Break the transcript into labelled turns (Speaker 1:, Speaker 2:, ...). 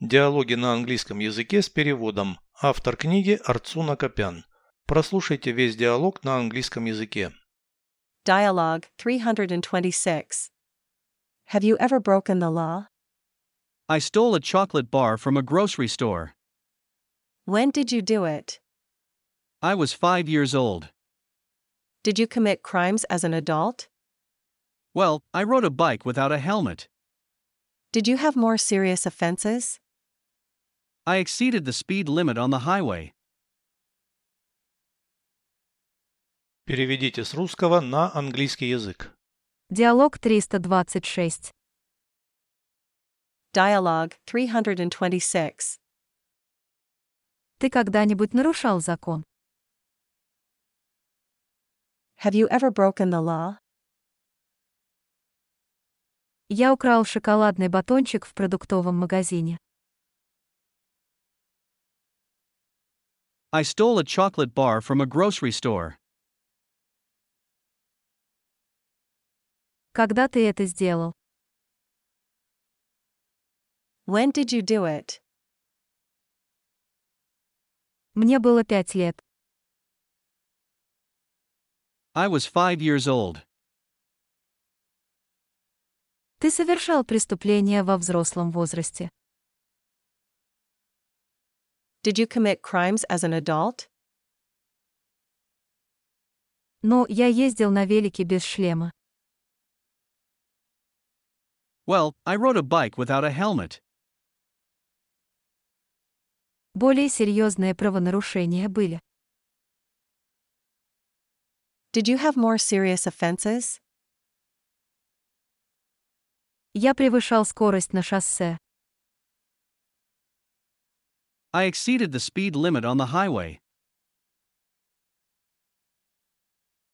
Speaker 1: Диалоги на английском языке с переводом. Автор книги Арцуна Копян. Прослушайте весь диалог на английском языке.
Speaker 2: Dialogue 326. Have you ever broken the law?
Speaker 3: I stole a chocolate bar from a grocery store.
Speaker 2: When did you do it?
Speaker 3: I was five years old.
Speaker 2: Did you commit crimes as an adult?
Speaker 3: Well, I rode a bike without a helmet.
Speaker 2: Did you have more serious offenses?
Speaker 3: I exceeded the speed limit on the highway.
Speaker 1: Переведите с русского на английский язык.
Speaker 4: Диалог 326.
Speaker 2: Dialogue 326.
Speaker 4: Ты когда-нибудь нарушал закон?
Speaker 2: Have you ever broken the law?
Speaker 4: Я украл шоколадный батончик в продуктовом магазине.
Speaker 3: I stole a chocolate bar from a grocery store.
Speaker 4: Когда ты это сделал?
Speaker 2: When did you do it?
Speaker 4: Мне было пять лет.
Speaker 3: I was five years old.
Speaker 4: Ты совершал преступление во взрослом возрасте.
Speaker 2: Did you commit crimes as an adult?
Speaker 4: Но я ездил на велике без шлема.
Speaker 3: Well, I rode a bike without a helmet.
Speaker 4: Более серьезные правонарушения были.
Speaker 2: Did you have more serious offenses?
Speaker 4: Я превышал скорость на шоссе.
Speaker 3: I exceeded the speed limit on the highway.